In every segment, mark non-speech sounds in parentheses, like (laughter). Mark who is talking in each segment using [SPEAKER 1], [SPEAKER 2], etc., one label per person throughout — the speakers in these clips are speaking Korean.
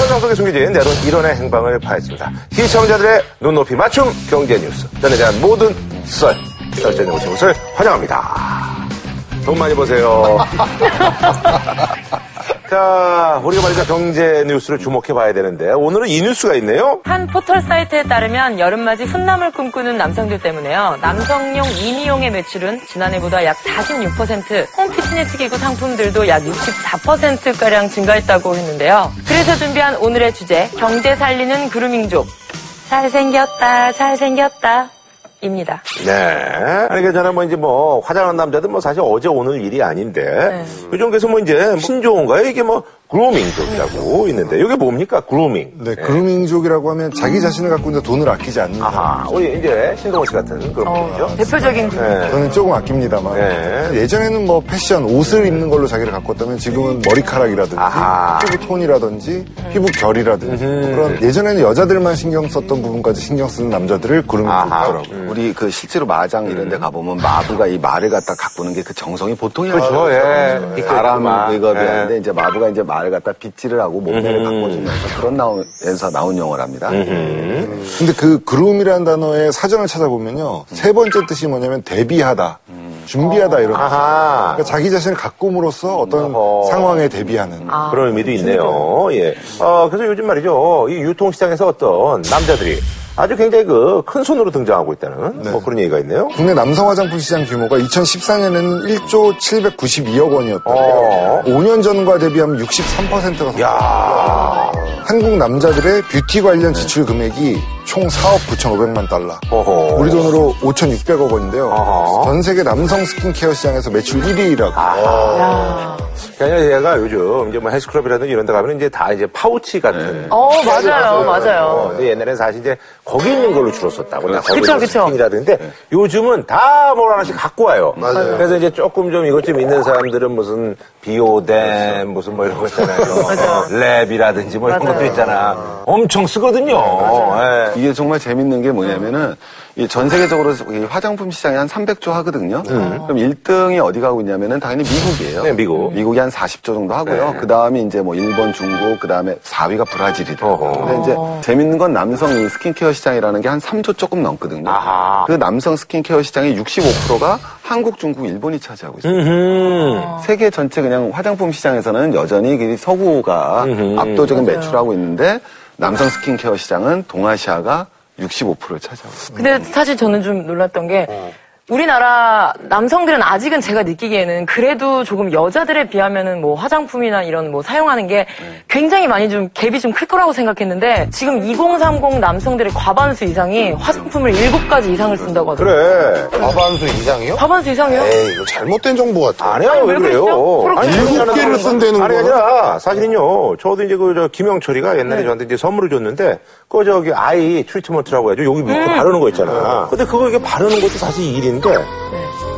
[SPEAKER 1] 세상 속에 숨겨진 내론 이론의 행방을 파헤칩니다. 시청자들의 눈높이 맞춤 경제 뉴스. 전에 대한 모든 썰, 썰전에 오신 것을 환영합니다. 돈 많이 버세요. (laughs) 자, 우리가 말이죠. 경제 뉴스를 주목해 봐야 되는데, 오늘은 이 뉴스가 있네요.
[SPEAKER 2] 한 포털 사이트에 따르면 여름맞이 훈남을 꿈꾸는 남성들 때문에요. 남성용 이미용의 매출은 지난해보다 약 46%, 홈피트니스 기구 상품들도 약 64%가량 증가했다고 했는데요. 그래서 준비한 오늘의 주제, 경제 살리는 그루밍족. 잘생겼다, 잘생겼다. 입니다.
[SPEAKER 1] 네. 아니, 괜찮아. 뭐, 이제 뭐, 화장한 남자들 뭐, 사실 어제 오늘 일이 아닌데, 요즘 그래서 뭐, 이제, 신조어인가요? 이게 뭐, 그루밍족이라고 있는데, 이게 뭡니까? 그루밍.
[SPEAKER 3] 네, 그루밍족이라고 하면 자기 자신을 갖고 있는 돈을 아끼지 않는다.
[SPEAKER 1] 음. 아하, 우리 이제, 신동호 씨 같은
[SPEAKER 2] 어.
[SPEAKER 1] 그루밍이죠.
[SPEAKER 2] 대표적인 그루밍족.
[SPEAKER 1] 네.
[SPEAKER 3] 저는 조금 아낍니다만
[SPEAKER 1] 네.
[SPEAKER 3] 예전에는 뭐 패션 옷을 입는 걸로 자기를 바꿨다면 지금은 머리카락이라든지
[SPEAKER 1] 아하.
[SPEAKER 3] 피부 톤이라든지 피부 결이라든지
[SPEAKER 1] 음.
[SPEAKER 3] 그런 예전에는 여자들만 신경 썼던 부분까지 신경 쓰는 남자들을
[SPEAKER 1] 아하.
[SPEAKER 3] 그루밍족이라고 요
[SPEAKER 4] 우리 그 실제로 마장 이런
[SPEAKER 1] 음.
[SPEAKER 4] 데 가보면 마부가 이 말을 갖다 가꾸는 게 그 정성이 보통이
[SPEAKER 1] 그렇죠,
[SPEAKER 4] 아니라서
[SPEAKER 1] 예.
[SPEAKER 4] 그렇죠.
[SPEAKER 1] 빗대
[SPEAKER 4] 사람
[SPEAKER 1] 가마.
[SPEAKER 4] 직업이었는데
[SPEAKER 1] 예. 음.
[SPEAKER 4] 이제 마부가 이제 말을 갖다 빗질을 하고 몸매를 바꿔주면서 그런 나온에서 나온 용어랍니다.
[SPEAKER 3] 근데 그 그룸이라는 단어의 사전을 찾아보면요 세 번째 뜻이 뭐냐면 대비하다 준비하다 이런 뜻.
[SPEAKER 1] 아하.
[SPEAKER 3] 그러니까 자기 자신을 가꿈으로써 어떤
[SPEAKER 1] 어. 어허. 아.
[SPEAKER 3] 상황에 대비하는
[SPEAKER 1] 그런 의미도 있네요. 예. 어, 그래서 요즘 말이죠. 이 유통시장에서 어떤 남자들이 아주 굉장히 그, 큰 손으로 등장하고 있다는, 뭐 그런 얘기가 있네요.
[SPEAKER 3] 국내 남성 화장품 시장 규모가 2014년에는 1조 792억
[SPEAKER 1] 어.
[SPEAKER 3] 원이었대요. 5년 전과 대비하면 63%가
[SPEAKER 1] 야
[SPEAKER 3] 한국 남자들의 뷰티 관련 지출 금액이 총 4억 9,500만 달러.
[SPEAKER 1] 어허.
[SPEAKER 3] 우리 돈으로 5,600억 원인데요.
[SPEAKER 1] 어허.
[SPEAKER 3] 전 세계 남성 스킨케어 시장에서 매출 1위라고.
[SPEAKER 5] 아,
[SPEAKER 1] 그아니라 제가 요즘 이제 뭐 헬스클럽이라든지 이런 데 가면 이제 다 이제 파우치 같은. 네,
[SPEAKER 2] 어, 맞아요, 맞아요.
[SPEAKER 1] 어, 근데 옛날엔 사실 이제 거기 있는 걸로 줄었었다고
[SPEAKER 2] 그쵸, 그쵸.
[SPEAKER 1] 스킨이라든데 요즘은 다 뭘 하나씩 갖고 와요.
[SPEAKER 3] 맞아요.
[SPEAKER 1] 그래서 이제 조금 좀 이것 좀 있는 사람들은 무슨
[SPEAKER 3] 그렇죠.
[SPEAKER 1] 비오댐 무슨 뭐 이런 거 있잖아요. 어, 랩이라든지 뭐 이런
[SPEAKER 2] 맞아요.
[SPEAKER 1] 것도 있잖아. 엄청 쓰거든요. 예.
[SPEAKER 4] 이게 정말 재밌는 게 뭐냐면은 이 전 세계적으로 이 화장품 시장이 한 300조 하거든요. 그럼 1등이 어디 가고 있냐면은 당연히 미국이에요.
[SPEAKER 1] 음. 네, 미국. 네.
[SPEAKER 4] 미국이 한 40조 정도 하고요. 그 다음에 이제 뭐 일본, 중국, 그 다음에 4위가 브라질이더라고요.
[SPEAKER 1] 어허.
[SPEAKER 4] 근데 이제 재밌는 건 남성 이 스킨케어 시장이라는 게 한 3조 조금 넘거든요.
[SPEAKER 1] 아하.
[SPEAKER 4] 그 남성 스킨케어 시장의 65%가 한국, 중국, 일본이 차지하고 있어요.
[SPEAKER 1] 음흠.
[SPEAKER 4] 세계 전체 그냥 화장품 시장에서는 여전히 그 서구가 압도적인 매출하고 있는데 남성 스킨케어 시장은 동아시아가 65%를 차지하고 있습니다.
[SPEAKER 2] 근데 사실 저는 좀 놀랐던 게
[SPEAKER 1] 어.
[SPEAKER 2] 우리나라 남성들은 아직은 제가 느끼기에는 그래도 조금 여자들에 비하면은 뭐 화장품이나 이런 뭐 사용하는 게
[SPEAKER 1] 네.
[SPEAKER 2] 굉장히 많이 좀 갭이 좀 클 거라고 생각했는데 지금 2030 남성들의 과반수 이상이 화장품을 7가지 이상을 쓴다고 하더라고요.
[SPEAKER 1] 그래.
[SPEAKER 5] 과반수 이상이요?
[SPEAKER 2] 과반수 이상이요?
[SPEAKER 1] 네.
[SPEAKER 5] 에이, 이거 잘못된 정보 같아.
[SPEAKER 1] 아니야,
[SPEAKER 2] 아니,
[SPEAKER 1] 왜
[SPEAKER 2] 왜 그러시죠?
[SPEAKER 1] 그래요?
[SPEAKER 2] 서로
[SPEAKER 1] 아니,
[SPEAKER 3] 일곱
[SPEAKER 1] 아니,
[SPEAKER 3] 개를
[SPEAKER 1] 아니,
[SPEAKER 3] 쓴다는
[SPEAKER 1] 아니,
[SPEAKER 3] 거야?
[SPEAKER 1] 아니라, 사실은요, 저도 이제 그, 저, 김영철이가
[SPEAKER 2] 네.
[SPEAKER 1] 옛날에 저한테 이제 선물을 줬는데, 그거 저기, 아이 트리트먼트라고 해야죠. 여기
[SPEAKER 2] 음.
[SPEAKER 1] 밑에 바르는 거 있잖아. 근데 그거 이게 바르는 것도 사실 일인데,
[SPEAKER 2] 네.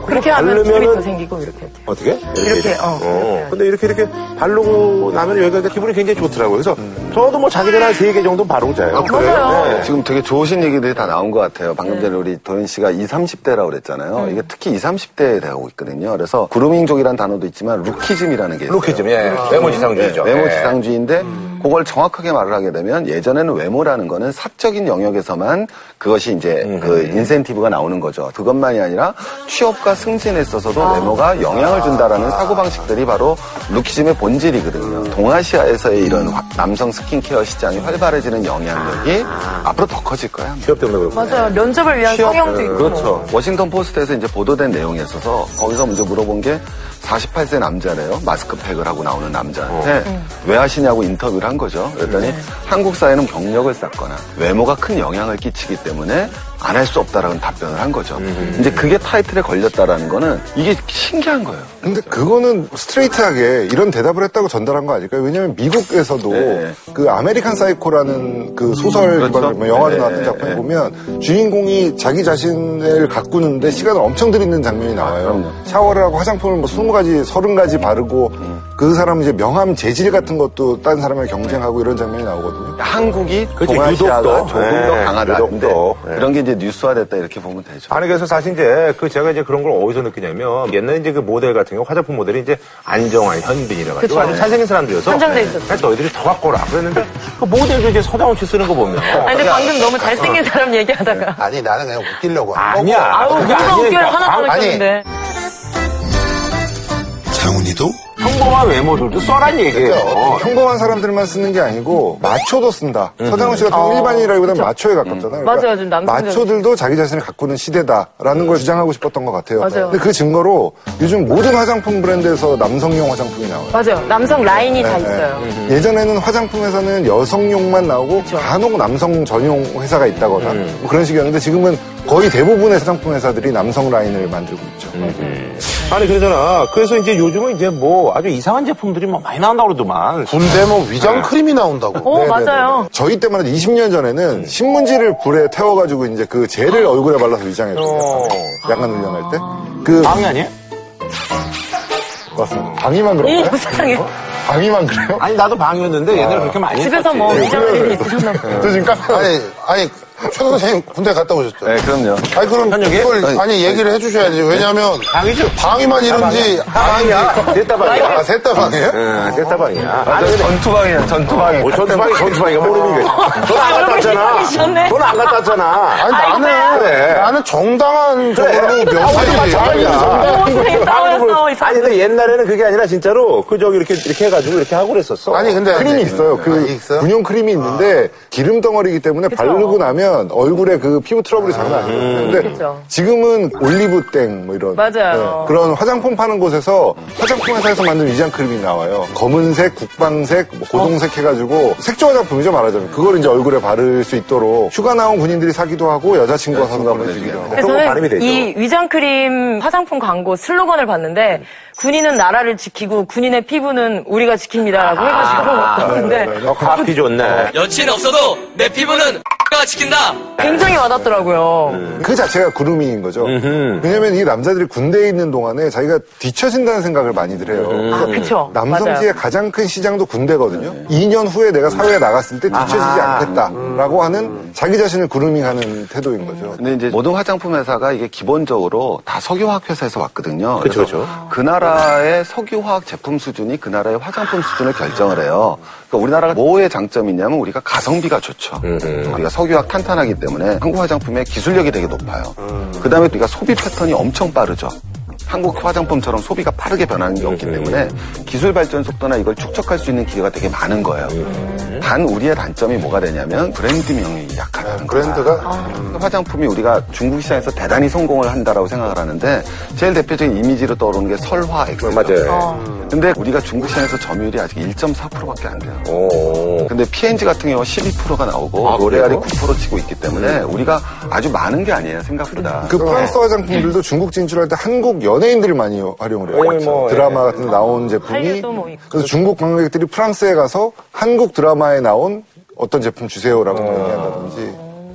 [SPEAKER 2] 그렇게 하면
[SPEAKER 1] 바르면은-
[SPEAKER 2] 기름이 더 생기고 이렇게 이렇게.
[SPEAKER 1] 어떻게?
[SPEAKER 2] 이렇게, 어, 이렇게.
[SPEAKER 1] 근데 이렇게, 이렇게 바르고 나면 여기가 기분이 굉장히 좋더라고요. 그래서, 저도 뭐 자기 전에 한 세 개 정도 는 바르고 자요.
[SPEAKER 2] 맞아요.
[SPEAKER 1] 네.
[SPEAKER 4] 지금 되게 좋으신 얘기들이 다 나온 것 같아요. 방금 전에 우리 도현 씨가 20, 30대라고 그랬잖아요. 이게 특히 20, 30대에 되고 있거든요. 그래서 그루밍족이라는 단어도 있지만 루키즘이라는 게 있어요.
[SPEAKER 1] 루키즘, 예.
[SPEAKER 2] 아.
[SPEAKER 1] 외모 지상주의죠.
[SPEAKER 2] 네,
[SPEAKER 4] 외모
[SPEAKER 1] 예. 음.
[SPEAKER 4] 지상주의인데 그걸 정확하게 말을 하게 되면 예전에는 외모라는 거는 사적인 영역에서만 그것이 이제
[SPEAKER 1] 음.
[SPEAKER 4] 그 인센티브가 나오는 거죠. 그것만이 아니라 취업과 승진에 있어서도 외모가 영향을 준다라는 사고방식들이 바로 루키즘의 본질이거든요. 동아시아에서의 이런
[SPEAKER 1] 음.
[SPEAKER 4] 화- 남성 스킨케어 시장이 활발해지는 영향력이
[SPEAKER 1] 아.
[SPEAKER 4] 앞으로 더 커질 거야.
[SPEAKER 1] 기업 때문에 그렇고.
[SPEAKER 2] 맞아요. 면접을 위한
[SPEAKER 4] 취업,
[SPEAKER 2] 성형도 있고.
[SPEAKER 1] 네. 그렇죠.
[SPEAKER 4] 워싱턴 포스트에서 이제 보도된 내용에 있어서 거기서 먼저 물어본 게 48세 남자래요. 마스크팩을 하고 나오는
[SPEAKER 1] 어.
[SPEAKER 4] 남자한테
[SPEAKER 1] 네.
[SPEAKER 4] 왜 하시냐고 인터뷰를 한 거죠. 그랬더니 한국 사회는 경력을 쌓거나 외모가 큰 영향을 끼치기 때문에 안 할 수 없다라는 답변을 한 거죠.
[SPEAKER 1] 음.
[SPEAKER 4] 이제 그게 타이틀에 걸렸다라는 거는 이게 신기한 거예요.
[SPEAKER 3] 근데 그거는 스트레이트하게 이런 대답을 했다고 전달한 거 아닐까요? 왜냐면 하 미국에서도
[SPEAKER 4] 네.
[SPEAKER 3] 그 아메리칸 사이코라는 그 소설
[SPEAKER 4] 그렇죠.
[SPEAKER 3] 기반으로 뭐 영화로
[SPEAKER 4] 네,
[SPEAKER 3] 나왔던
[SPEAKER 4] 네,
[SPEAKER 3] 작품에
[SPEAKER 4] 네.
[SPEAKER 3] 보면 주인공이 자기 자신을 가꾸는데 시간을 엄청 들이는 장면이 나와요. 샤워를 하고 화장품을 뭐 20가지, 30가지 바르고
[SPEAKER 4] 음.
[SPEAKER 3] 그 사람 이제 명함 재질 같은 것도 딴 사람을 경쟁하고 이런 장면이 나오거든요.
[SPEAKER 4] 한국이
[SPEAKER 1] 그렇죠.
[SPEAKER 4] 동아시아가
[SPEAKER 1] 유독 더.
[SPEAKER 4] 조금
[SPEAKER 1] 네,
[SPEAKER 4] 더 강하다.
[SPEAKER 1] 유독
[SPEAKER 4] 근데
[SPEAKER 1] 더. 네.
[SPEAKER 4] 그런 게 이제 뉴스화됐다 이렇게 보면 되죠.
[SPEAKER 1] 아니 그래서 사실 이제 그 제가 이제 그런 걸 어디서 느끼냐면 옛날에 이제 그 모델 같은 경우 화장품 모델이 이제 안정환, 현빈이라
[SPEAKER 2] 그쵸.
[SPEAKER 1] 가지고 아주 잘생긴 사람들이어서 네.
[SPEAKER 2] 선정돼 있었죠.
[SPEAKER 1] 그래서 너희들이 더 갖고 오라 그랬는데 그 모델도 이제 서장훈 씨 쓰는 거 보면 그러니까
[SPEAKER 2] 아니, 근데 그 방금 너무 잘생긴 사람 얘기하다가.
[SPEAKER 5] 아니, 나는 그냥 웃기려고. 한 거고.
[SPEAKER 1] 어. 네. 아니야
[SPEAKER 2] 아우,
[SPEAKER 1] 그게
[SPEAKER 2] 누가
[SPEAKER 1] 아니니까.
[SPEAKER 2] 웃겨요. 하나
[SPEAKER 1] 광-
[SPEAKER 5] 아니.
[SPEAKER 2] 떨어졌는데.
[SPEAKER 5] 장훈이도?
[SPEAKER 1] 평범한 외모들도 써란 얘기예요
[SPEAKER 5] 그쵸.
[SPEAKER 3] 어, 평범한 사람들만 쓰는 게 아니고 마초도 쓴다. 서장훈 씨 같은 경우
[SPEAKER 2] 어, 음.
[SPEAKER 3] 일반인이라기보다는 마초에 가깝잖아요. 그러니까
[SPEAKER 2] 맞아요, 좀 남성적인-
[SPEAKER 3] 마초들도 자기 자신을 가꾸는 시대다라는 걸 주장하고 싶었던 것 같아요.
[SPEAKER 2] 맞아요.
[SPEAKER 3] 근데 그 증거로 요즘 모든 화장품 브랜드에서 남성용 화장품이 나와요.
[SPEAKER 2] 맞아요. 남성 라인이 다 있어요.
[SPEAKER 3] 네. 예전에는 화장품 회사는 여성용만 나오고 간혹 남성 전용 회사가 있다거나 뭐 그런 식이었는데 지금은 거의 대부분의 화장품 회사들이 남성 라인을 만들고 있죠.
[SPEAKER 1] 아니 그러잖아 그래서 이제 요즘은 이제 뭐 아주 이상한 제품들이 막 많이 나온다고 그러더만
[SPEAKER 5] 군대 뭐 위장 크림이 나온다고.
[SPEAKER 1] 어,
[SPEAKER 2] 오,
[SPEAKER 3] 네, 네,
[SPEAKER 2] 맞아요.
[SPEAKER 3] 네. 저희 때만 해도 20년 전에는 신문지를 불에 태워가지고 이제 그 젤을 얼굴에 발라서 위장했어요.
[SPEAKER 1] 어.
[SPEAKER 3] 약간 훈련할 때. 그,
[SPEAKER 1] 방이 아니에요?
[SPEAKER 3] 맞습니다. 방위만
[SPEAKER 2] 이
[SPEAKER 1] 예.
[SPEAKER 3] 그런가요?
[SPEAKER 2] 세상에.
[SPEAKER 3] 방위만
[SPEAKER 5] (laughs)
[SPEAKER 3] 그래요?
[SPEAKER 1] 아니 나도 방이었는데 옛날에 그렇게
[SPEAKER 5] 어?
[SPEAKER 1] 많이
[SPEAKER 2] 집에서
[SPEAKER 1] 했었지.
[SPEAKER 2] 뭐
[SPEAKER 1] 예.
[SPEAKER 2] 위장할 일이 있으셨나 보다.
[SPEAKER 3] 저 지금 깜짝 놀랐어요.
[SPEAKER 5] 아니, 아니, 최 선생님 군대 갔다 오셨죠?
[SPEAKER 4] 네, 그럼요.
[SPEAKER 5] 아니, 그럼
[SPEAKER 1] 현역이?
[SPEAKER 5] 그걸,
[SPEAKER 4] 아니,
[SPEAKER 5] 아니, 얘기를 해주셔야지. 왜냐면,
[SPEAKER 1] 방이죠
[SPEAKER 5] 방위만 이런지,
[SPEAKER 1] 방이야 셋다
[SPEAKER 5] 아,
[SPEAKER 1] 방이야
[SPEAKER 5] 셋 다 방이에요?
[SPEAKER 1] 응 셋다 방이야
[SPEAKER 4] 아, 전투방이야, 전투방이.
[SPEAKER 1] 뭐 전투방이 전투방이가 모르는 거지. 돈안
[SPEAKER 2] 얼굴이
[SPEAKER 1] 갔다 어. 왔잖아.
[SPEAKER 2] 시작이셨네.
[SPEAKER 1] 돈안 갔다 왔잖아.
[SPEAKER 5] 아니, 나는,
[SPEAKER 1] 그래.
[SPEAKER 5] 나는 정당한
[SPEAKER 1] 그래.
[SPEAKER 5] 적으로
[SPEAKER 1] 아니,
[SPEAKER 5] 명사일이
[SPEAKER 1] 정당한
[SPEAKER 2] 오, 선생님
[SPEAKER 1] 아니,
[SPEAKER 2] 싸워요, 싸워. 이
[SPEAKER 1] 그- 아니, 근데 옛날에는 그게 아니라 진짜로 그 저기 이렇게 이렇게 해가지고 이렇게 하고 그랬었어.
[SPEAKER 5] 아니, 근데.
[SPEAKER 3] 크림이 있어요. 그
[SPEAKER 5] 아, 있어요? 아.
[SPEAKER 3] 군용 크림이 있는데 기름 덩어리이기 때문에 바르고 나면 얼굴에 그 피부 트러블이 장난 아니거든요. 근데
[SPEAKER 2] 음. 그쵸.
[SPEAKER 3] 지금은 올리브땡 뭐 이런
[SPEAKER 2] 맞아요.
[SPEAKER 3] 그런 화장품 파는 곳에서 화장품 회사에서 만든 위장 크림이 나와요. 검은색, 국방색, 뭐
[SPEAKER 2] 어.
[SPEAKER 3] 고동색 해가지고 색조 화장품이죠 말하자면 그걸 이제 얼굴에 바를 수 있도록 휴가 나온 군인들이 사기도 하고 여자친구가
[SPEAKER 5] 네,
[SPEAKER 3] 사서
[SPEAKER 4] 여자친구가
[SPEAKER 3] 보내주기도 하고.
[SPEAKER 1] 그런 건 발음이 되죠.
[SPEAKER 2] 이 위장크림 화장품 광고 슬로건을
[SPEAKER 5] 네.
[SPEAKER 2] 봤는데 군인은 나라를 지키고 군인의 피부는 우리가
[SPEAKER 5] 아,
[SPEAKER 2] 지킵니다라고
[SPEAKER 5] 네,
[SPEAKER 2] 해가지고 봤는데
[SPEAKER 1] 어, 앞이 좋네.
[SPEAKER 6] 여친 없어도 내 피부는 가 지킨다.
[SPEAKER 2] 굉장히 와닿더라고요.
[SPEAKER 5] 네.
[SPEAKER 3] 그 자체가 그루밍인 거죠. 왜냐면 이 남자들이 군대에 있는 동안에 자기가 뒤처진다는 생각을 많이들 해요.
[SPEAKER 5] 음.
[SPEAKER 2] 아, 그쵸.
[SPEAKER 3] 남성지의 가장 큰 시장도 군대거든요. 2년 후에 내가 사회에 나갔을 때 뒤처지지 않겠다라고
[SPEAKER 5] 음.
[SPEAKER 3] 하는 자기 자신을 그루밍하는 태도인 거죠.
[SPEAKER 4] 근데 이제 모든 화장품 회사가 이게 기본적으로 다 석유화학 회사에서 왔거든요.
[SPEAKER 1] 그쵸,
[SPEAKER 4] 그래서
[SPEAKER 1] 그쵸.
[SPEAKER 4] 그 나라의 석유화학 제품 수준이 그 나라의 화장품 수준을 결정을 해요. 그러니까 우리나라가 뭐의 장점이냐면 우리가 가성비가 좋죠. 우리가 석유화학 탄탄하기 때문에 한국 화장품의 기술력이 되게 높아요. 그 다음에 우리가 소비 패턴이 엄청 빠르죠. 한국 화장품처럼 소비가 빠르게 변하는 게 없기 때문에 기술 발전 속도나 이걸 축적할 수 있는 기회가 되게 많은 거예요. 단 우리의 단점이 뭐가 되냐면 브랜드명이 약하다는 거예요.
[SPEAKER 5] 브랜드가
[SPEAKER 4] 그 화장품이 우리가 중국 시장에서 대단히 성공을 한다라고 생각을 하는데 제일 대표적인 이미지로 떠오르는 게 설화 액세서.
[SPEAKER 1] 어, 맞아요. 음.
[SPEAKER 4] 근데 우리가 중국 시장에서 점유율이 아직 1.4%밖에 안 돼요.
[SPEAKER 1] 오.
[SPEAKER 4] 근데 PNG 같은 경우 12%가 나오고
[SPEAKER 1] 아,
[SPEAKER 4] 로레알이
[SPEAKER 1] 그래요?
[SPEAKER 4] 9% 치고 있기 때문에 우리가 아주 많은 게 아니에요 생각보다.
[SPEAKER 3] 그 프랑스 화장품들도 중국 진출할 때 한국 연예인들이 많이 활용을 해요. 그렇죠.
[SPEAKER 1] 거의 뭐,
[SPEAKER 3] 드라마 같은 데 나온 제품이
[SPEAKER 2] 한류도 뭐 있고.
[SPEAKER 3] 그래서 중국 관광객들이 프랑스에 가서 한국 드라마에 나온 어떤 제품 주세요라고 얘기한다든지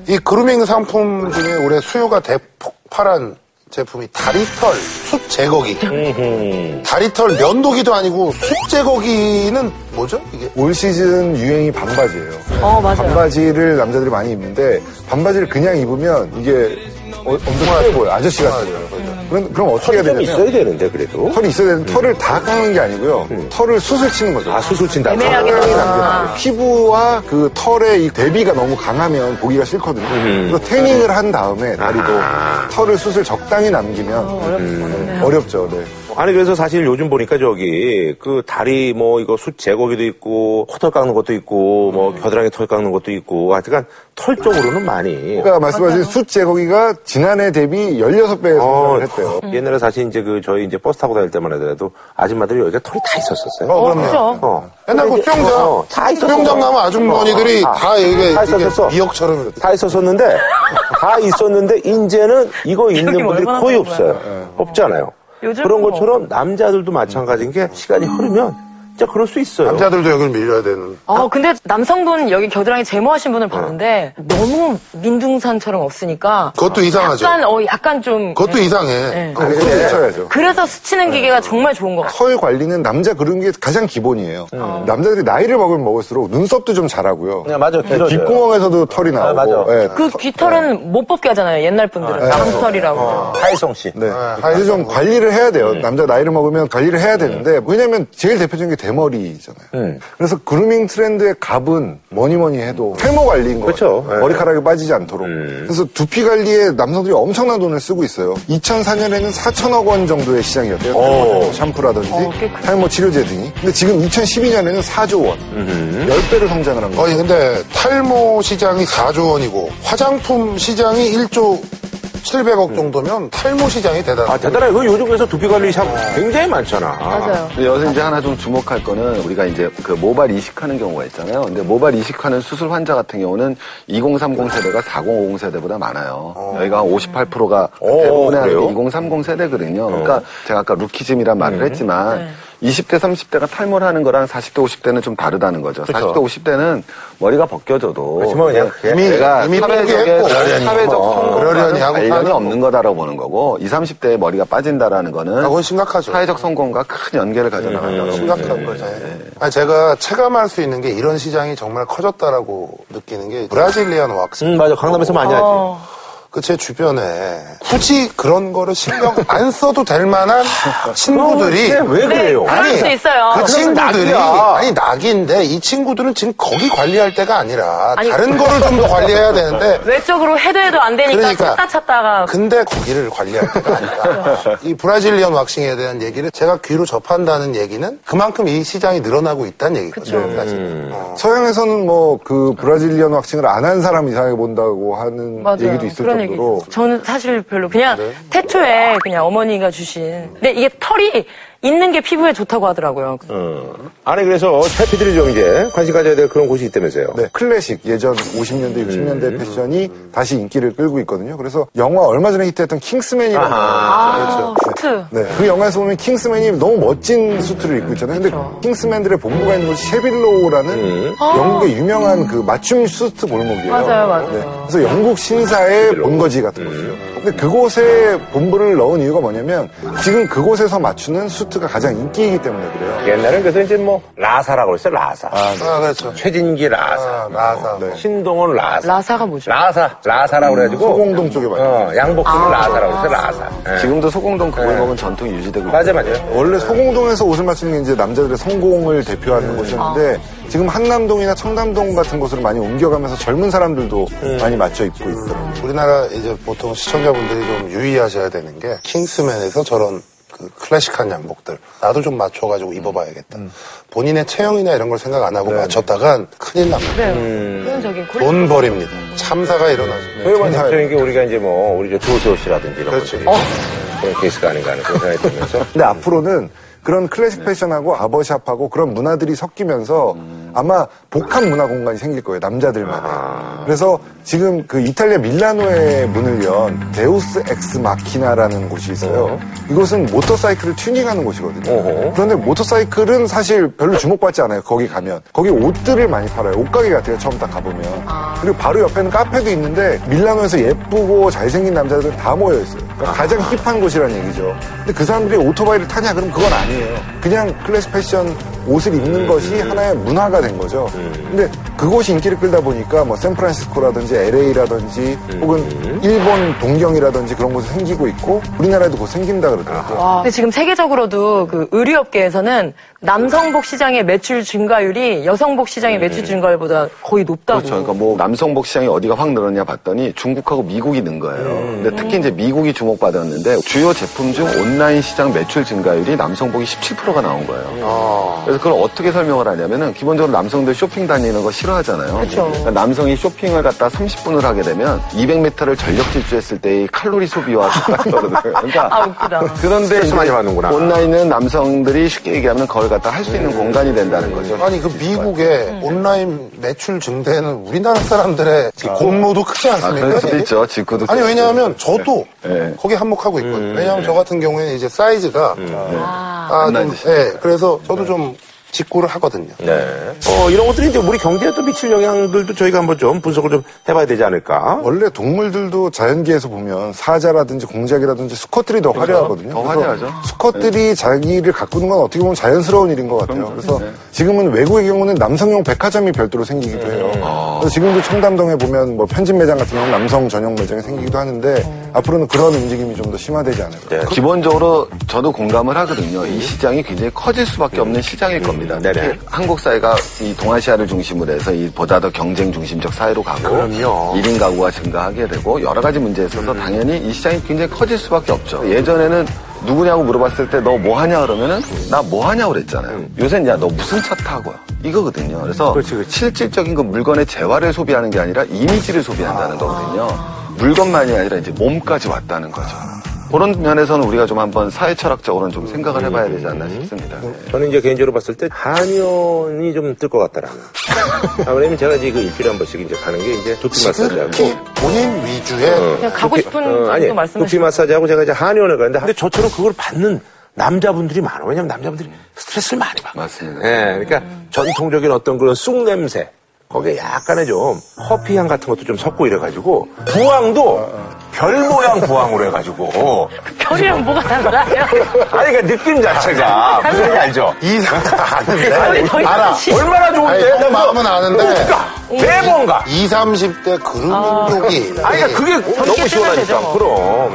[SPEAKER 5] 이 그루밍 상품 중에 올해 수요가 대폭발한 제품이 다리털 숯 제거기. 다리털 면도기도 아니고 숯 제거기는 뭐죠? 이게
[SPEAKER 3] 올 시즌 유행이 반바지예요.
[SPEAKER 2] 어, 맞아요.
[SPEAKER 3] 반바지를 남자들이 많이 입는데 반바지를 그냥 입으면 이게 어, 엄청 세 보여. 아저씨 같아 보여요. 그럼, 그럼 어떻게 해야
[SPEAKER 1] 좀
[SPEAKER 3] 되냐면
[SPEAKER 1] 있어야 되는데, 그래도.
[SPEAKER 3] 털이 있어야 되는데 털을 다 깎는 게 아니고요. 털을 수술 치는 거죠.
[SPEAKER 1] 네. 아, 수술 친다.
[SPEAKER 2] 애매하게
[SPEAKER 3] 털이
[SPEAKER 2] 아.
[SPEAKER 3] 남겨놔요. 피부와 그 털의 이 대비가 너무 강하면 보기가 싫거든요.
[SPEAKER 1] 음.
[SPEAKER 3] 그래서 태닝을 한
[SPEAKER 1] 아.
[SPEAKER 3] 다음에 다리도 털을 수술 적당히 남기면
[SPEAKER 2] 어,
[SPEAKER 3] 어렵죠. 네.
[SPEAKER 1] 아니 그래서 사실 요즘 보니까 저기 그 다리 뭐 이거 숯 제거기도 있고 코털 깎는 것도 있고 뭐 겨드랑이 털 깎는 것도 있고 하여튼간 털 쪽으로는 많이
[SPEAKER 3] 아까 말씀하신 숯 제거기가 지난해 대비 16배
[SPEAKER 1] 어,
[SPEAKER 3] 성장을 했대요.
[SPEAKER 1] 옛날에 사실 이제 그 저희 이제 버스 타고 다닐 때만 하더라도 아줌마들이 여기가 털이 다 있었었어요.
[SPEAKER 5] 어,
[SPEAKER 2] 어,
[SPEAKER 5] 그럼요.
[SPEAKER 2] 그죠?
[SPEAKER 1] 어.
[SPEAKER 5] 옛날 그 수영장,
[SPEAKER 1] 어, 다 있었어.
[SPEAKER 5] 수영장 가면 아주머니들이
[SPEAKER 1] 어, 어,
[SPEAKER 5] 다 여기
[SPEAKER 1] 다
[SPEAKER 5] 이렇게
[SPEAKER 1] 있었어.
[SPEAKER 5] 미역처럼 이렇게.
[SPEAKER 1] 다 있었었는데 다 있었는데 이제는 이거 있는 분들이
[SPEAKER 2] 얼마나
[SPEAKER 1] 거의
[SPEAKER 2] 많은 거야.
[SPEAKER 1] 없어요. 없잖아요.
[SPEAKER 2] 요즘은
[SPEAKER 1] 그런
[SPEAKER 2] 뭐.
[SPEAKER 1] 것처럼 남자들도 마찬가지인 게 시간이 흐르면 진짜 그럴 수 있어요.
[SPEAKER 5] 남자들도 여기를 밀려야 되는.
[SPEAKER 2] 어, 근데 남성분 여기 겨드랑이 제모하신 분을 봤는데 너무 민둥산처럼 없으니까
[SPEAKER 5] 네. 그것도 이상하죠.
[SPEAKER 2] 약간 어 약간 좀
[SPEAKER 5] 그것도
[SPEAKER 2] 예.
[SPEAKER 5] 이상해.
[SPEAKER 2] 네.
[SPEAKER 5] 네.
[SPEAKER 1] 아,
[SPEAKER 5] 어,
[SPEAKER 3] 그래서 쳐야죠.
[SPEAKER 2] 그래서 스치는 기계가 정말 좋은 것 같아요.
[SPEAKER 3] 털 관리는 남자 그런 게 가장 기본이에요. 남자들이 나이를 먹으면 먹을수록 눈썹도 좀 자라고요.
[SPEAKER 1] 음. 네, 맞아요. 길어져요.
[SPEAKER 3] 귓구멍에서도 털이 나오고.
[SPEAKER 1] 맞아.
[SPEAKER 3] 예,
[SPEAKER 2] 그
[SPEAKER 5] 네.
[SPEAKER 2] 귀털은 못 뽑게 하잖아요. 옛날 분들은 남털이라고.
[SPEAKER 1] 하이성 씨.
[SPEAKER 3] 네.
[SPEAKER 5] 아,
[SPEAKER 3] 그래서 좀 관리를 해야 돼요. 남자 나이를 먹으면 관리를 해야 되는데 왜냐면 제일 대표적인 게 대머리잖아요. 그래서 그루밍 트렌드의 갑은 뭐니 뭐니 해도 탈모 관리인 거예요.
[SPEAKER 1] 그렇죠. 네.
[SPEAKER 3] 머리카락이 빠지지 않도록. 그래서 두피 관리에 남성들이 엄청난 돈을 쓰고 있어요. 2004년에는 4천억 원 정도의 시장이었대요. 뭐 샴푸라든지
[SPEAKER 2] 어, 꽤 크다.
[SPEAKER 3] 탈모 치료제 등이. 근데 지금 2012년에는 4조 원. 10배로 성장을 한 거예요.
[SPEAKER 5] 아니 근데 탈모 시장이 4조 원이고 화장품 시장이 1조 700억 정도면 탈모 시장이 대단해.
[SPEAKER 1] 아, 대단해. 그 요즘 그래서 두피 관리 샵 굉장히 많잖아.
[SPEAKER 2] 맞아요.
[SPEAKER 4] 근데 여기서 이제 하나 좀 주목할 거는 우리가 이제 그 모발 이식하는 경우가 있잖아요. 근데 모발 이식하는 수술 환자 같은 경우는 2030 세대가 4050 세대보다 많아요.
[SPEAKER 5] 어.
[SPEAKER 4] 여기가 한 58%가 대부분의 한
[SPEAKER 1] 그래요?
[SPEAKER 4] 2030 세대거든요. 그러니까
[SPEAKER 5] 어.
[SPEAKER 4] 제가 아까 루키즘이란 말을
[SPEAKER 5] 네.
[SPEAKER 4] 했지만
[SPEAKER 2] 네.
[SPEAKER 4] 20대, 30대가 탈모를 하는 거랑 40대, 50대는 좀 다르다는 거죠. 40대, 50대는 머리가 벗겨져도
[SPEAKER 1] 그렇지만 그냥
[SPEAKER 4] 이미, 내가
[SPEAKER 5] 뭐 이미
[SPEAKER 4] 사회적인
[SPEAKER 5] 포기했고. 그러려니.
[SPEAKER 4] 사회적
[SPEAKER 5] 어, 그러려니
[SPEAKER 4] 성공과는
[SPEAKER 5] 하고
[SPEAKER 4] 관련이
[SPEAKER 5] 사는
[SPEAKER 4] 없는 거다라고 보는 거고 20, 30대에 머리가 빠진다라는 거는
[SPEAKER 5] 아, 그건 심각하죠.
[SPEAKER 4] 사회적 성공과 큰 연계를 가져나간다고
[SPEAKER 3] 네.
[SPEAKER 5] 심각한 거죠. 예. 아니, 제가 체감할 수 있는 게 이런 시장이 정말 커졌다라고 느끼는 게 브라질리안 왁스.
[SPEAKER 1] 음, 맞아. 강남에서 많이 하지.
[SPEAKER 2] 어.
[SPEAKER 5] 그 제 주변에 굳이 그런 거를 신경 안 써도 될
[SPEAKER 3] (laughs)
[SPEAKER 5] 만한
[SPEAKER 3] 아,
[SPEAKER 5] 친구들이
[SPEAKER 1] 네, 왜 그래요?
[SPEAKER 2] 그럴 수 있어요.
[SPEAKER 5] 그 친구들이
[SPEAKER 1] 낙이야.
[SPEAKER 5] 아니 낙인데 이 친구들은 지금 거기 관리할 때가 아니라
[SPEAKER 2] 아니, 그
[SPEAKER 5] 다른 거를 좀 더 관리해야 되는데
[SPEAKER 3] (laughs)
[SPEAKER 2] 외적으로 해도 해도 안 되니까
[SPEAKER 5] 그러니까.
[SPEAKER 2] 찾다 찾다가
[SPEAKER 5] 근데 거기를 관리할 때가 아니다. 이 브라질리언 왁싱에 대한 얘기를 제가 귀로 접한다는 얘기는 그만큼 이 시장이 늘어나고 있다는 얘기거든요. 사실. 어.
[SPEAKER 3] 서양에서는 뭐 그 브라질리언 왁싱을 안 한 사람 이상하게 본다고 하는 음, 얘기도 있을
[SPEAKER 2] 그런 얘기
[SPEAKER 3] 정도로
[SPEAKER 2] 있었어요. 저는 사실 별로 그냥 태초에 그냥 어머니가 주신. 근데 이게 털이 있는 게 피부에 좋다고 하더라고요. 그
[SPEAKER 1] 음. 아니, 그래서 해피들이 좀 이제 관심 가져야 될 그런 곳이 있다면서요.
[SPEAKER 3] 네, 클래식 예전
[SPEAKER 2] 네.
[SPEAKER 3] 50년대 60년대 패션이 다시 인기를 끌고 있거든요. 그래서 영화 얼마 전에 히트했던 킹스맨이라는
[SPEAKER 2] 아, 후트.
[SPEAKER 3] 네, 그 영화에서 보면 킹스맨이 너무 멋진 수트를 입고 있잖아요. 근데 킹스맨들의 본부가 있는 곳이 쉐빌로우라는 영국의 유명한 그 맞춤 수트 골목이에요.
[SPEAKER 2] 네. 아.
[SPEAKER 3] 네.
[SPEAKER 2] 맞아요, 맞아요. 네.
[SPEAKER 3] 그래서 영국 신사의 본거지 같은 곳이에요. 근데 그곳에 본부를 넣은 이유가 뭐냐면 지금 그곳에서 맞추는 수트가 가장 인기이기 때문에 그래요.
[SPEAKER 1] 옛날엔 그래서 이제 뭐, 라사라고 했어요, 라사.
[SPEAKER 5] 아 그렇죠.
[SPEAKER 1] 최진기 라사.
[SPEAKER 5] 아, 라사.
[SPEAKER 3] 네.
[SPEAKER 1] 신동원 라사.
[SPEAKER 2] 라사가 뭐죠?
[SPEAKER 1] 라사. 음, 라사라고 그래가지고.
[SPEAKER 3] 소공동 쪽에 많이
[SPEAKER 1] 어, 양복수는 라사라고 했어요, 라사. 예.
[SPEAKER 4] 지금도 소공동 그골목은 전통이 유지되고 있어요.
[SPEAKER 1] 맞아, 맞아요.
[SPEAKER 3] 원래 소공동에서 옷을 맞추는 게 이제 남자들의 성공을 대표하는 곳이었는데 지금 한남동이나 청담동 같은 곳으로 많이 옮겨가면서 젊은 사람들도 많이 맞춰 입고 있어요.
[SPEAKER 5] 우리나라 이제 보통 시청자분들이 좀 유의하셔야 되는 게 킹스맨에서 저런 그 클래식한 양복들 나도 좀 맞춰가지고 입어봐야겠다. 본인의 체형이나 이런 걸 생각 안 하고 맞췄다간 큰일 납니다.
[SPEAKER 2] 그래요. 네. 표현적인 콜.
[SPEAKER 5] 돈 버립니다. 참사가 일어나죠.
[SPEAKER 1] 소유관 대표인 게 우리가 이제 뭐, 우리 저 조수호 씨라든지 이런
[SPEAKER 5] 그렇죠.
[SPEAKER 1] 분들이 그런 케이스가 아닌가 하는 그런 생각이 들면서. 예.
[SPEAKER 3] 근데 앞으로는 그런
[SPEAKER 1] 네.
[SPEAKER 3] 클래식 패션하고 아버샵하고 그런 문화들이 섞이면서
[SPEAKER 1] 음.
[SPEAKER 3] 아마 복합 문화 공간이 생길 거예요. 남자들만의.
[SPEAKER 1] 아.
[SPEAKER 3] 그래서 지금 그 이탈리아 밀라노의 문을 연 데우스 엑스 마키나라는 곳이 있어요. 이곳은 모터사이클을 튜닝하는 곳이거든요.
[SPEAKER 1] 어허.
[SPEAKER 3] 그런데 모터사이클은 사실 별로 주목받지 않아요. 거기 가면. 거기 옷들을 많이 팔아요. 옷가게 같아요. 처음 딱 가보면. 그리고 바로 옆에는 카페도 있는데 밀라노에서 예쁘고 잘생긴 남자들 다 모여 있어요. 그러니까 가장 힙한 곳이라는 얘기죠. 근데 그 사람들이 오토바이를 타냐? 그럼 그건 아니에요. 그냥 클래식 패션 옷을 입는 것이 하나의 문화가 된 거죠. 근데 그곳이 인기를 끌다 보니까 뭐 샌프란시스코라든지 LA라든지 혹은 일본 동경이라든지 그런 곳이 생기고 있고 우리나라에도 곧 생긴다 그러더라고요.
[SPEAKER 2] 근데 지금 세계적으로도 그 의류업계에서는 남성복 시장의 매출 증가율이 여성복 시장의 매출 증가율보다 거의 높다고.
[SPEAKER 4] 그렇죠. 그러니까 뭐 남성복 시장이 어디가 확 늘었냐 봤더니 중국하고 미국이 는 거예요. 근데 특히 이제 미국이 주목받았는데 주요 제품 중 온라인 시장 매출 증가율이 남성복이 17%가 나온 거예요.
[SPEAKER 1] 아.
[SPEAKER 4] 그래서 그걸 어떻게 설명을 하냐면은 기본적으로 남성들 쇼핑 다니는 거 싫어하잖아요.
[SPEAKER 2] 그쵸.
[SPEAKER 4] 그러니까 남성이 쇼핑을 갖다 30분을 하게 되면 200m를 전력 질주했을 때의 칼로리 소비와 똑같거든요. (laughs) 그러니까
[SPEAKER 2] 아, 웃기다.
[SPEAKER 4] 그런데
[SPEAKER 1] 스트레스
[SPEAKER 4] 이제
[SPEAKER 1] 많이 받는구나.
[SPEAKER 4] 온라인은 남성들이 쉽게 얘기하면 그걸 갖다 할 수 있는 공간이 된다는 거죠.
[SPEAKER 5] 아니 그 미국의
[SPEAKER 1] 음.
[SPEAKER 5] 온라인 매출 증대는 우리나라 사람들의 그 공로도 크지 않습니까?
[SPEAKER 4] 아, 그럴 수도 있죠. 직구도
[SPEAKER 5] 아니
[SPEAKER 4] 그럴 수도
[SPEAKER 5] 왜냐하면 저도
[SPEAKER 4] 예.
[SPEAKER 5] 거기 한몫하고 있거든요. 왜냐하면 저 같은 경우에는 이제 사이즈가 아, 좀,
[SPEAKER 4] 안 나아지시니까.
[SPEAKER 5] 예, 그래서 저도 좀 직구를 하거든요.
[SPEAKER 1] 네. 어, 이런 것들이 이제 우리 경제에 또 미칠 영향들도 저희가 한번 좀 분석을 좀 해봐야 되지 않을까.
[SPEAKER 3] 원래 동물들도 자연계에서 보면 사자라든지 공작이라든지 수컷들이 더 화려하거든요.
[SPEAKER 4] 더
[SPEAKER 3] 그래서
[SPEAKER 4] 화려하죠.
[SPEAKER 3] 수컷들이 자기를 가꾸는 건 어떻게 보면 자연스러운 일인 것 같아요. 네. 그래서 지금은 외국의 경우는 남성용 백화점이 별도로 생기기도 해요. 그래서 지금도 청담동에 보면 뭐 편집 매장 같은 경우는 남성 전용 매장이 생기기도 하는데 앞으로는 그런 움직임이 좀 더 심화되지 않을까.
[SPEAKER 4] 그- 기본적으로 저도 공감을 하거든요. 이 시장이 굉장히 커질 수밖에 없는 시장일 겁니다.
[SPEAKER 1] 네네.
[SPEAKER 4] 특히 한국 사회가 이 동아시아를 중심으로 해서 이 보다 더 경쟁 중심적 사회로 가고
[SPEAKER 1] 그럼요. 음.
[SPEAKER 4] 1인 가구가 증가하게 되고 여러 가지 문제에 있어서 당연히 이 시장이 굉장히 커질 수밖에 없죠. 예전에는 누구냐고 물어봤을 때 너 뭐 하냐 그러면은 나 뭐 하냐고 그랬잖아요. 요새는 야 너 무슨 차 타고 이거거든요. 그래서
[SPEAKER 1] 음. 그렇지, 그렇지.
[SPEAKER 4] 실질적인 그 물건의 재화를 소비하는 게 아니라 이미지를
[SPEAKER 1] 아.
[SPEAKER 4] 소비한다는 거거든요. 물건만이 아니라 이제 몸까지 왔다는 거죠. 그런 면에서는 우리가 좀 한번 사회 철학적으로는 좀 생각을 해봐야 되지 않나
[SPEAKER 1] 음.
[SPEAKER 4] 싶습니다.
[SPEAKER 1] 저는 이제 개인적으로 봤을 때 한의원이 좀 뜰 것 (laughs) 같다라는. 아, 왜냐면 제가 이제 그 일주일에 한 번씩 이제 가는 게 이제 두피
[SPEAKER 5] 특히
[SPEAKER 1] 마사지하고.
[SPEAKER 5] 본인 위주의
[SPEAKER 2] 그냥 가고 싶은
[SPEAKER 1] 어, 아니,
[SPEAKER 2] 정도 말씀을
[SPEAKER 1] 두피 마사지하고 제가 이제 한의원을 가는데. 근데 저처럼 그걸 받는 남자분들이 많아. 왜냐면 남자분들이 스트레스를 많이 받아.
[SPEAKER 4] 맞습니다.
[SPEAKER 1] 예, 그러니까 전통적인 어떤 그런 쑥 냄새. 거기에 약간의 좀 커피 향 같은 것도 좀 섞고 이래가지고 부황도 별 모양 부황으로 해가지고
[SPEAKER 2] (laughs) 별이랑 뭐가 달라요?
[SPEAKER 1] 아니 그러니까 느낌 자체가 무슨 얘기 아, 알죠?
[SPEAKER 5] 이상 아는데
[SPEAKER 2] 아니, 더 이상
[SPEAKER 5] 알아.
[SPEAKER 1] 얼마나
[SPEAKER 5] 아니,
[SPEAKER 1] 좋은데? 그러니까
[SPEAKER 5] 내 마음은 아는데.
[SPEAKER 1] 뭔가, 대본가.
[SPEAKER 5] 20, 30대 그루밍족이
[SPEAKER 1] 아니 그러니까 그게 뭐. 너무
[SPEAKER 2] 뜨면
[SPEAKER 1] 시원하니까.
[SPEAKER 2] 되죠.
[SPEAKER 1] 그럼.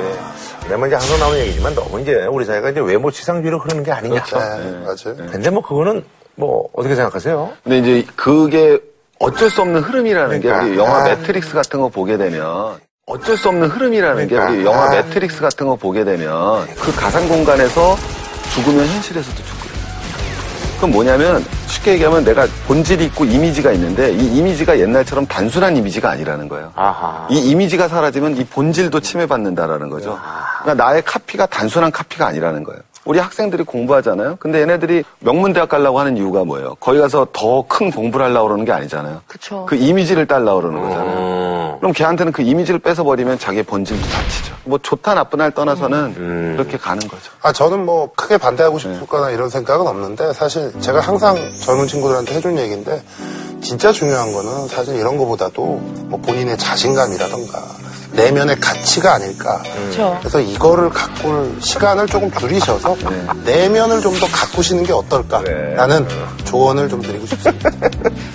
[SPEAKER 1] 예. 내가 이제 항상 나오는 얘기지만 너무 이제 우리 사회가 이제 외모 지상주의로 흐르는 게 아니냐.
[SPEAKER 5] 네, 맞아요.
[SPEAKER 1] 근데 뭐 그거는 뭐 어떻게 생각하세요?
[SPEAKER 4] 근데 이제 그게 어쩔 수 없는 흐름이라는
[SPEAKER 1] 그러니까.
[SPEAKER 4] 게 우리 영화
[SPEAKER 5] 아.
[SPEAKER 4] 매트릭스 같은 거 보게 되면 어쩔 수 없는 흐름이라는
[SPEAKER 1] 그러니까.
[SPEAKER 4] 게 우리 영화
[SPEAKER 5] 아.
[SPEAKER 4] 매트릭스 같은 거 보게 되면 그 가상 공간에서 죽으면 현실에서도 죽고요. 그건 뭐냐면 쉽게 얘기하면 내가 본질이 있고 이미지가 있는데 이 이미지가 옛날처럼 단순한 이미지가 아니라는 거예요.
[SPEAKER 1] 아하.
[SPEAKER 4] 이 이미지가 사라지면 이 본질도 침해받는다라는 거죠. 그러니까 나의 카피가 단순한 카피가 아니라는 거예요. 우리 학생들이 공부하잖아요. 근데 얘네들이 명문대학 가려고 하는 이유가 뭐예요? 거기 가서 더 큰 공부를 하려고 그러는 게 아니잖아요.
[SPEAKER 2] 그쵸.
[SPEAKER 4] 그 이미지를 따려고 그러는 거잖아요. 그럼 걔한테는 그 이미지를 뺏어버리면 자기의 본질도 다치죠. 뭐 좋다 나쁘나를 떠나서는 그렇게 가는 거죠.
[SPEAKER 5] 아, 저는 뭐 크게 반대하고 싶거나 이런 생각은 없는데 사실 제가 항상 젊은 친구들한테 해준 얘기인데 진짜 중요한 거는 사실 이런 거보다도 뭐 본인의 자신감이라던가 내면의 가치가 아닐까.
[SPEAKER 2] 그렇죠.
[SPEAKER 5] 그래서 이거를 가꿀 시간을 조금 줄이셔서 내면을 좀 더 가꾸시는 게 어떨까라는 조언을 좀 드리고 싶습니다.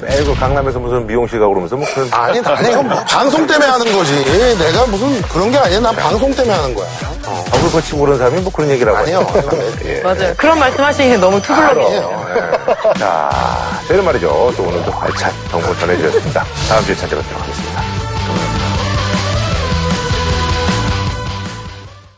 [SPEAKER 1] 에이그 강남에서 무슨 미용실 가고 그러면서 뭐 그런
[SPEAKER 5] (laughs) 아니, 아니, 이건 뭐 방송 때문에 하는 거지. 내가 무슨 그런 게 아니야. 난 방송 때문에 하는 거야.
[SPEAKER 1] 얼굴 거치고 그런 사람이 뭐 그런 얘기라고
[SPEAKER 5] 아니요.
[SPEAKER 1] 하죠.
[SPEAKER 2] 맞아요. 그런 말씀하시는 게 너무 투블럭이에요.
[SPEAKER 5] 어.
[SPEAKER 1] 예. 자, 저희는 말이죠. 또 오늘도 알찬 정보 전해드렸습니다. 다음 주에 찾아뵙도록 하겠습니다.